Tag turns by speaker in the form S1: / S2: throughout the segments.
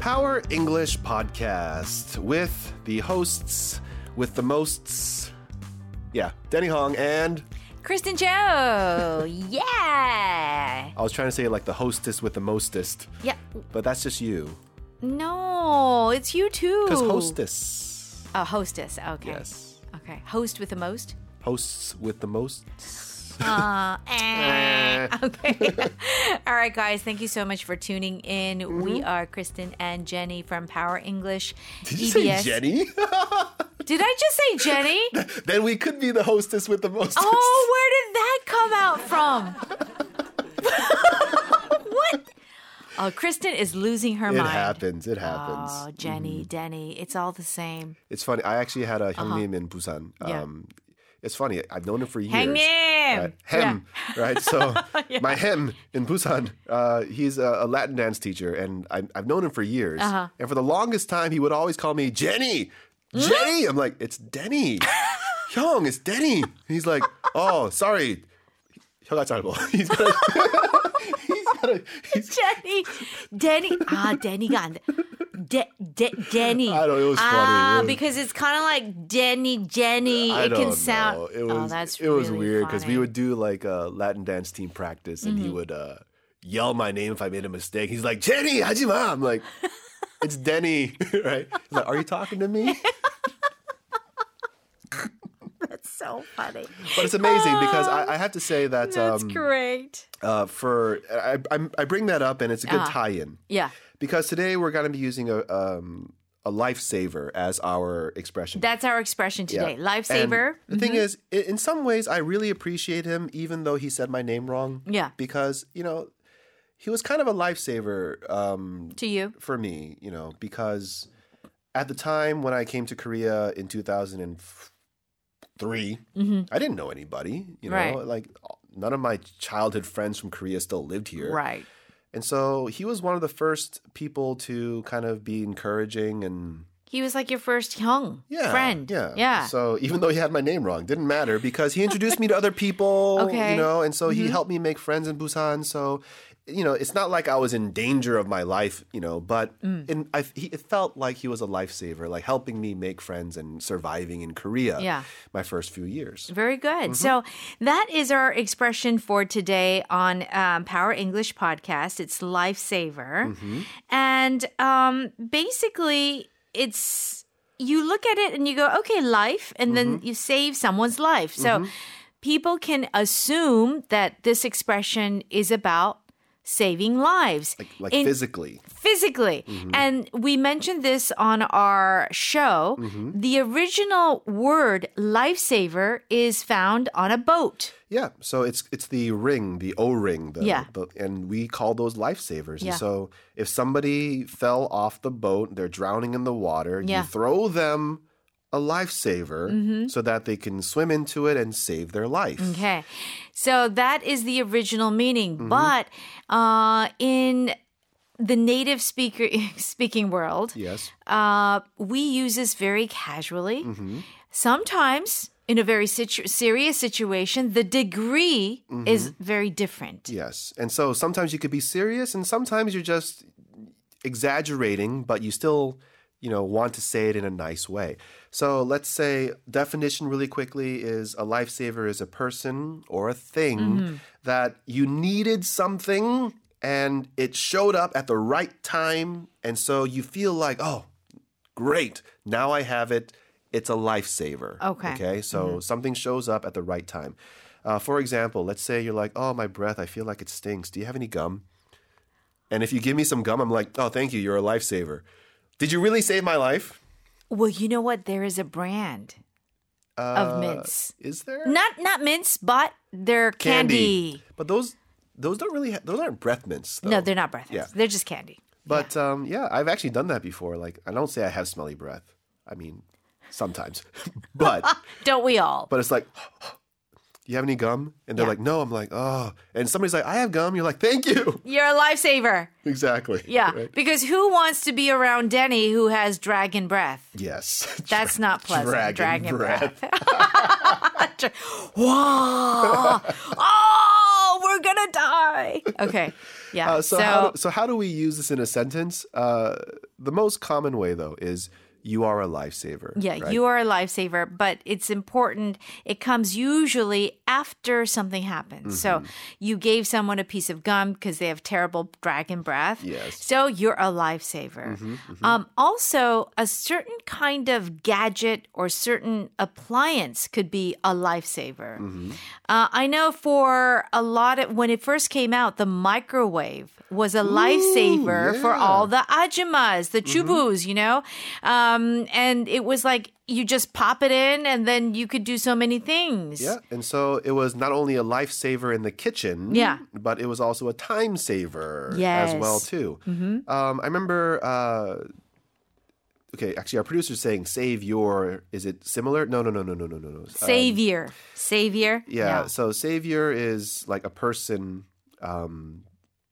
S1: Power English Podcast with the hosts, with the mosts. Yeah, Denny Hong and
S2: Kristen Joe. yeah.
S1: I was trying to say like the hostess with the mostest,
S2: Yeah.
S1: but that's just you.
S2: No, it's you too.
S1: Because hostess.
S2: Oh, hostess. Okay.
S1: Yes.
S2: Okay. Host with the most.
S1: Hosts with the most.
S2: Uh, eh. okay. All right, guys. Thank you so much for tuning in. We are Kristen and Jenny from Power English.
S1: Mm-hmm. Did you
S2: EBS.
S1: say Jenny?
S2: Did I just say Jenny?
S1: then we could be the hostess with the mostest.
S2: Oh, where did that come out from? what? Oh, Kristen is losing her
S1: it
S2: mind.
S1: happens. Mm-hmm. It happens.
S2: Oh, Jenny, Denny, it's all the same.
S1: It's funny. I actually had a Hyeongnim in Busan.
S2: Yeah.
S1: Um, It's funny. I've known him for years.
S2: Hyeongnim!
S1: Right? Hem, right? So my hem in Busan, uh, he's a, a Latin dance teacher, and I, I've known him for years. And for the longest time, he would always call me Jenny. Jenny. I'm like, it's Denny. Hyung, it's Denny. And he's like, oh, sorry. 혀가 짧아. He's gonna. he's gonna. He's,
S2: Denny, Denny, ah, Denny got De, De, Denny.
S1: I don't- it was funny. It
S2: Ah,
S1: was-
S2: because it's kind of like Denny, Jenny.
S1: I
S2: it
S1: don't
S2: can sound.
S1: know. It was,
S2: oh, that's
S1: it was
S2: really
S1: weird because we
S2: funny.
S1: would do
S2: Mm-hmm.
S1: like a Latin dance team practice, and he would uh, yell my name if I made a mistake. He's like, "Jenny, Hajima." I'm like, "It's Denny, right?" He's like, "Are you talking to me?"
S2: That's so funny.
S1: But it's amazing because I, I have to say that
S2: Oh. That's
S1: um,
S2: great.
S1: uh, for I, I, I bring that up, and it's a good
S2: Ah.
S1: tie-in
S2: Yeah,
S1: because today we're going to be using a um, a lifesaver as our expression.
S2: that's our expression today.
S1: Yeah.
S2: Lifesaver. Mm-hmm.
S1: And the thing is, i- in some ways, I really appreciate him, even though he said my name wrong.
S2: Yeah.
S1: Because, you know, he was kind of a lifesaver um,
S2: to you.
S1: for me, you know, because at the time when I came to Korea in 2003, I didn't know anybody, you know,
S2: Mm-hmm. Right.
S1: like none of my childhood friends from Korea still lived here.
S2: Right.
S1: And so he was one of the first people to kind of be encouraging and
S2: He was like your first young
S1: yeah,
S2: friend.
S1: Yeah.
S2: Yeah.
S1: So even though he had my name wrong, didn't matter because he introduced me to other people,
S2: Okay. Mm-hmm.
S1: you know, and so he helped me make friends in Busan. So, you know, it's not like I was in danger of my life, you know, but
S2: Mm.
S1: in, I, he, it felt like he was a lifesaver, like helping me make friends and surviving in Korea
S2: Yeah.
S1: my first few years.
S2: Very
S1: Mm-hmm.
S2: good. So that is our expression for today on um, Power English Podcast. It's lifesaver,
S1: Mm-hmm.
S2: and um, basically, it's you look at it and you go, "Okay, life," and
S1: Mm-hmm.
S2: then you save someone's life. So people can assume that this expression is about saving lives,
S1: Like
S2: In-
S1: physically.
S2: physically. And we mentioned this on our show. The original word lifesaver is found on a boat.
S1: Yeah, so it's it's the ring, the O ring, the,
S2: Yeah.
S1: the and we call those lifesavers.
S2: Yeah.
S1: And so if somebody fell off the boat, they're drowning in the water,
S2: Yeah. Mm-hmm.
S1: you throw them a lifesaver so that they can swim into it and save their life.
S2: Okay. So that is the original meaning. But uh, in the native speaker speaking world,
S1: Yes.
S2: uh, we use this very casually. Sometimes, in a very situ- serious situation, the degree is very different.
S1: Yes. And so sometimes you could be serious and sometimes you're just exaggerating, but you still, you know, want to say it in a nice way. So let's say definition really quickly is a lifesaver is a person or a thing that you needed something and it showed up at the right time and so you feel like, "Oh, great. Now I have it. It's a lifesaver.
S2: Okay. Mm-hmm.
S1: Okay. So something shows up at the right time. Uh, for example, let's say you're like, oh, my breath, I feel like it stinks. Do you have any gum? And if you give me some gum, I'm like, oh, thank you. You're a lifesaver. Did you really save my life?
S2: Well, you know what? There is a brand
S1: Uh,
S2: of mints.
S1: Is there
S2: Not not mints, but they're candy.
S1: But those those don't really ha- those aren't breath mints. Though.
S2: No, they're not breath
S1: Oh. Yeah.
S2: mints. They're just candy.
S1: But um, yeah, I've actually done that before. Like, I don't say I have smelly breath. I mean, sometimes, but.
S2: Don't we all?
S1: but it's like, do you have any gum? And they're
S2: Yeah.
S1: like, no. I'm like, oh. And somebody's like, I have gum. You're like, thank you.
S2: You're a lifesaver.
S1: Exactly.
S2: Yeah.
S1: Right?
S2: Because who wants to be around Denny who has dragon breath?
S1: Yes.
S2: That's not pleasant.
S1: Dragon
S2: breath. Dra- Whoa. oh, we're going to die. Okay. Yeah.
S1: Uh, so, how do, so how do we use this in a sentence? Uh, the most common way, though, is you are a lifesaver.
S2: Yeah,
S1: right?
S2: you are a lifesaver, but it's important. It comes usually after something happens.
S1: Mm-hmm.
S2: So you gave someone a piece of gum because they have terrible dragon breath.
S1: Yes. Mm-hmm,
S2: So you're a lifesaver. Um, also, a certain kind of gadget or certain appliance could be a lifesaver.
S1: Mm-hmm.
S2: Uh, I know for a lot of when it first came out, the microwave was a lifesaver for
S1: yeah. Mm-hmm.
S2: all the ajumas, the chubus, you know? Um, and it was like you just pop it in and then you could do so many things.
S1: Yeah, um, and so it was not only a lifesaver in the kitchen,
S2: Yeah.
S1: but it was also a time saver as
S2: Yes. Mm-hmm.
S1: well too. Um, I remember. Uh, okay, actually, our producer's saying "save your." Is it similar? No, no, no, no, no, no, no, no. Uh,
S2: Savior. Savior.
S1: yeah, so savior is like a person. Um,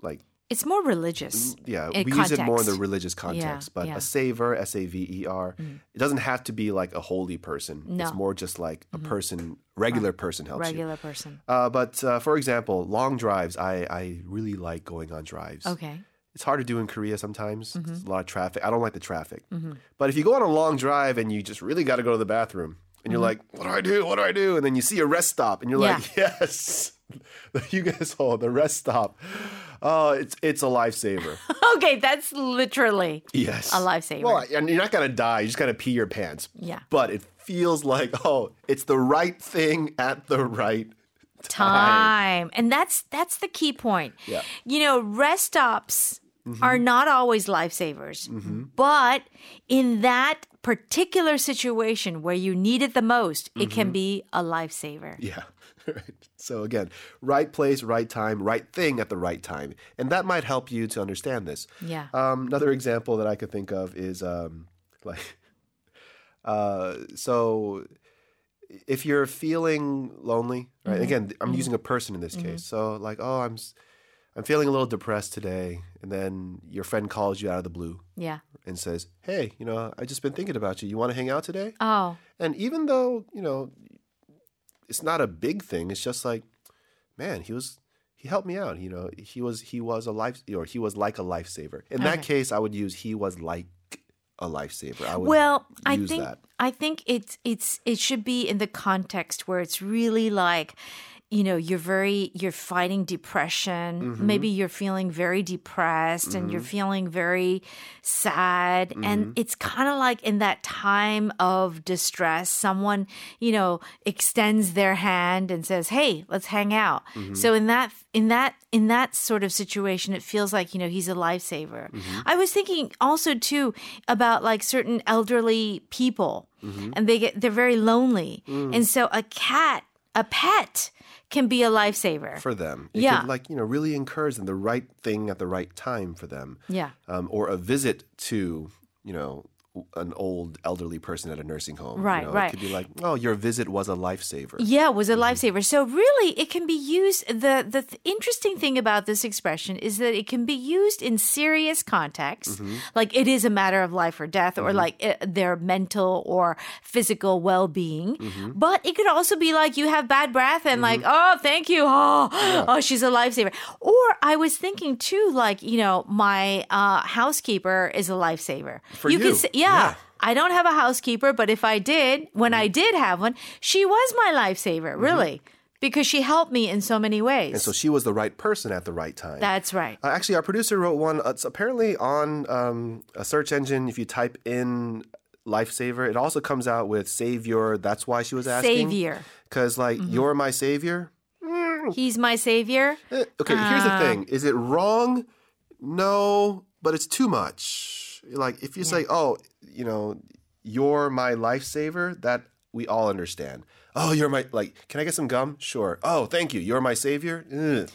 S1: like
S2: It's more religious.
S1: yeah,
S2: In
S1: we use it more in the
S2: context.
S1: religious context, but
S2: yeah. Mm.
S1: a saver, S A V E R, it doesn't have to be like a holy person.
S2: No. Mm-hmm.
S1: It's more just like a person, regular person helps you.
S2: Regular person.
S1: Uh, but uh, for example, long drives, I, I really like going on drives.
S2: Okay. Mm-hmm.
S1: It's hard to do in Korea sometimes. There's a lot of traffic. I don't like the traffic. But if you go on a long drive and you just really got to go to the bathroom and you're
S2: Mm-hmm.
S1: like, what do I do? What do I do? And then you see a rest stop and you're like, yes, you guys hold the rest stop. Oh, it's it's a lifesaver.
S2: Okay, that's literally.
S1: Yes.
S2: A lifesaver.
S1: Well, and you're not going to die. You just got to pee your pants.
S2: Yeah.
S1: But it feels like, oh, it's the right thing at the right
S2: time. And that's that's the key point.
S1: Yeah. Mm-hmm.
S2: You know, rest stops are not always lifesavers. But in that particular situation where you need it the most, it
S1: Mm-hmm.
S2: can be a lifesaver.
S1: Yeah. Right. So again, right place, right time, right thing at the right time, and that might help you to understand this.
S2: Yeah.
S1: Um, another example that I could think of is um, like, uh, so if you're feeling lonely, right? Again, I'm using a person in this case. So like, oh, I'm s- I'm feeling a little depressed today, and then your friend calls you out of the blue
S2: Yeah.
S1: and says, "Hey, you know, I just been thinking about you. You want to hang out today?"
S2: Oh,
S1: And even though, you know, it's not a big thing, it's just like, man, he was he helped me out. You know, he was he was a life or he was like a lifesaver. In that case, I would use he was like a lifesaver. I would
S2: well, I
S1: use
S2: think
S1: that.
S2: I think it's it's it should be in the context where it's really like you know you're very you're fighting depression
S1: Mm-hmm.
S2: maybe you're feeling very depressed and you're feeling very sad and it's kind of like in that time of distress someone you know extends their hand and says hey let's hang out so in that in that in that sort of situation it feels like you know he's a lifesaver i was thinking also too about like certain elderly people and they get they're very lonely and so a cat a pet can be a lifesaver
S1: For them. It
S2: Yeah.
S1: could like, you know, really encourage them the right thing at the right time for them.
S2: yeah
S1: Um, or a visit to, you know, an old elderly person at a nursing home. you
S2: Right,
S1: know,
S2: right.
S1: It could be like, oh, your visit was a lifesaver. Mm-hmm.
S2: Yeah, was a lifesaver. So really, it can be used. the The th- interesting thing about this expression is that it can be used in serious contexts,
S1: Mm-hmm.
S2: like it is a matter of life or death, or like i their mental or physical well being.
S1: Mm-hmm.
S2: But it could also be like you have bad breath and like, oh, thank you, oh, oh, she's a lifesaver. Or I was thinking too, like you know, my uh, housekeeper is a lifesaver.
S1: For you.
S2: could say,
S1: Yeah.
S2: yeah. I don't have a housekeeper, but if I did, when
S1: Mm-hmm.
S2: I did have one, she was my lifesaver, really, because she helped me in so many ways.
S1: And so she was the right person at the right time.
S2: That's right.
S1: Uh, actually, our producer wrote one. uh, It's apparently on um, a search engine. If you type in lifesaver, it also comes out with savior. That's why she was asking.
S2: Savior.
S1: Because, like, you're my savior.
S2: He's my savior.
S1: Eh, Okay, here's the thing. Is it wrong? No, but it's too much. Like, if you say, oh, you know, you're my lifesaver, that we all understand. Oh, you're my, like, can I get some gum? Sure. Oh, thank you. You're my savior? Ugh.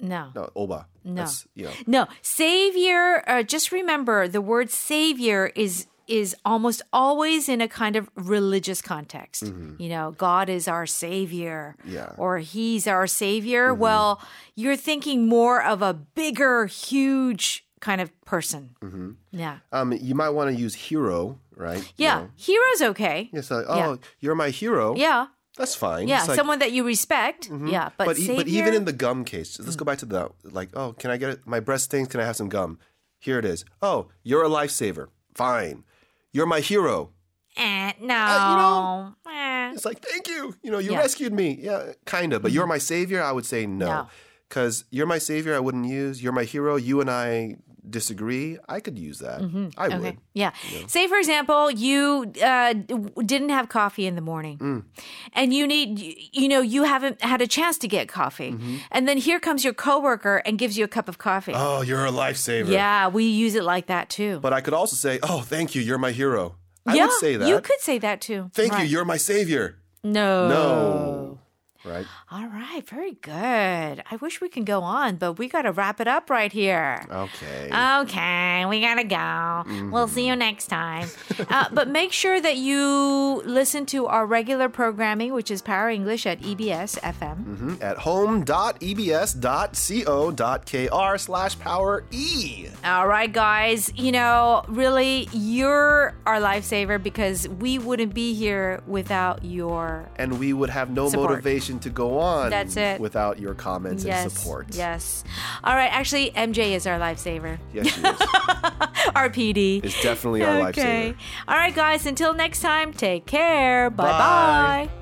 S2: No.
S1: No, oba. No. That's, you know.
S2: No, savior. Uh, just remember, the word savior is is almost always in a kind of religious context. You know, God is our savior,
S1: Mm-hmm. Yeah. Mm-hmm.
S2: or He's our savior. Well, you're thinking more of a bigger, huge kind of person. Yeah,
S1: Um, you might want to use hero, right? You
S2: yeah.
S1: know?
S2: Hero's okay.
S1: It's like, oh, you're my hero.
S2: Yeah.
S1: That's fine.
S2: Yeah,
S1: It's like-
S2: someone that you respect. Yeah, but,
S1: but, e- but even
S2: savior-
S1: in the gum case, let's
S2: Mm.
S1: go back to that. Like, oh, can I get it? My breast stings. Can I have some gum? Here it is. Oh, you're a lifesaver. Fine. You're my hero.
S2: Eh, no.
S1: Uh, know,
S2: Eh.
S1: It's like, thank you. You know, you
S2: Yeah. Mm-hmm.
S1: rescued me. Yeah, kind of. But you're my savior. I would say no.
S2: No.
S1: Because you're my savior, I wouldn't use. You're my hero. You and I disagree. I could use that.
S2: Mm-hmm.
S1: I would.
S2: Yeah. Say, for example, you uh, d- didn't have coffee in the morning,
S1: Mm.
S2: and you need, you, you know, you haven't had a chance to get coffee, and then here comes your coworker and gives you a cup of coffee.
S1: Mm-hmm. Oh, you're a lifesaver.
S2: yeah, we use it like that too.
S1: But I could also say, oh, thank you. You're my hero. I
S2: yeah,
S1: would say that.
S2: you could say that too.
S1: Thank
S2: Right. Oh.
S1: you. You're my savior.
S2: No.
S1: No. Right?
S2: All right. Very good. I wish we can go on, but we got to wrap it up right here.
S1: Okay.
S2: Uh, Okay, we gotta go. We'll see you next time. uh, but make sure that you listen to our regular programming, which is Power English at E EBS FM.
S1: Mm-hmm. at E home.ebs.co.kr slash power E.
S2: All right, guys. You know, really, you're our lifesaver because we wouldn't be here without your
S1: And we would have no
S2: Support.
S1: motivation to go on
S2: That's it.
S1: without your comments and
S2: yes,
S1: support.
S2: Yes. All right. Actually, MJ is our lifesaver.
S1: Yes, she is.
S2: Our PD.
S1: It's definitely our
S2: okay.
S1: lifesaver.
S2: All right, guys. Until next time, take care.
S1: Bye.
S2: Bye-bye.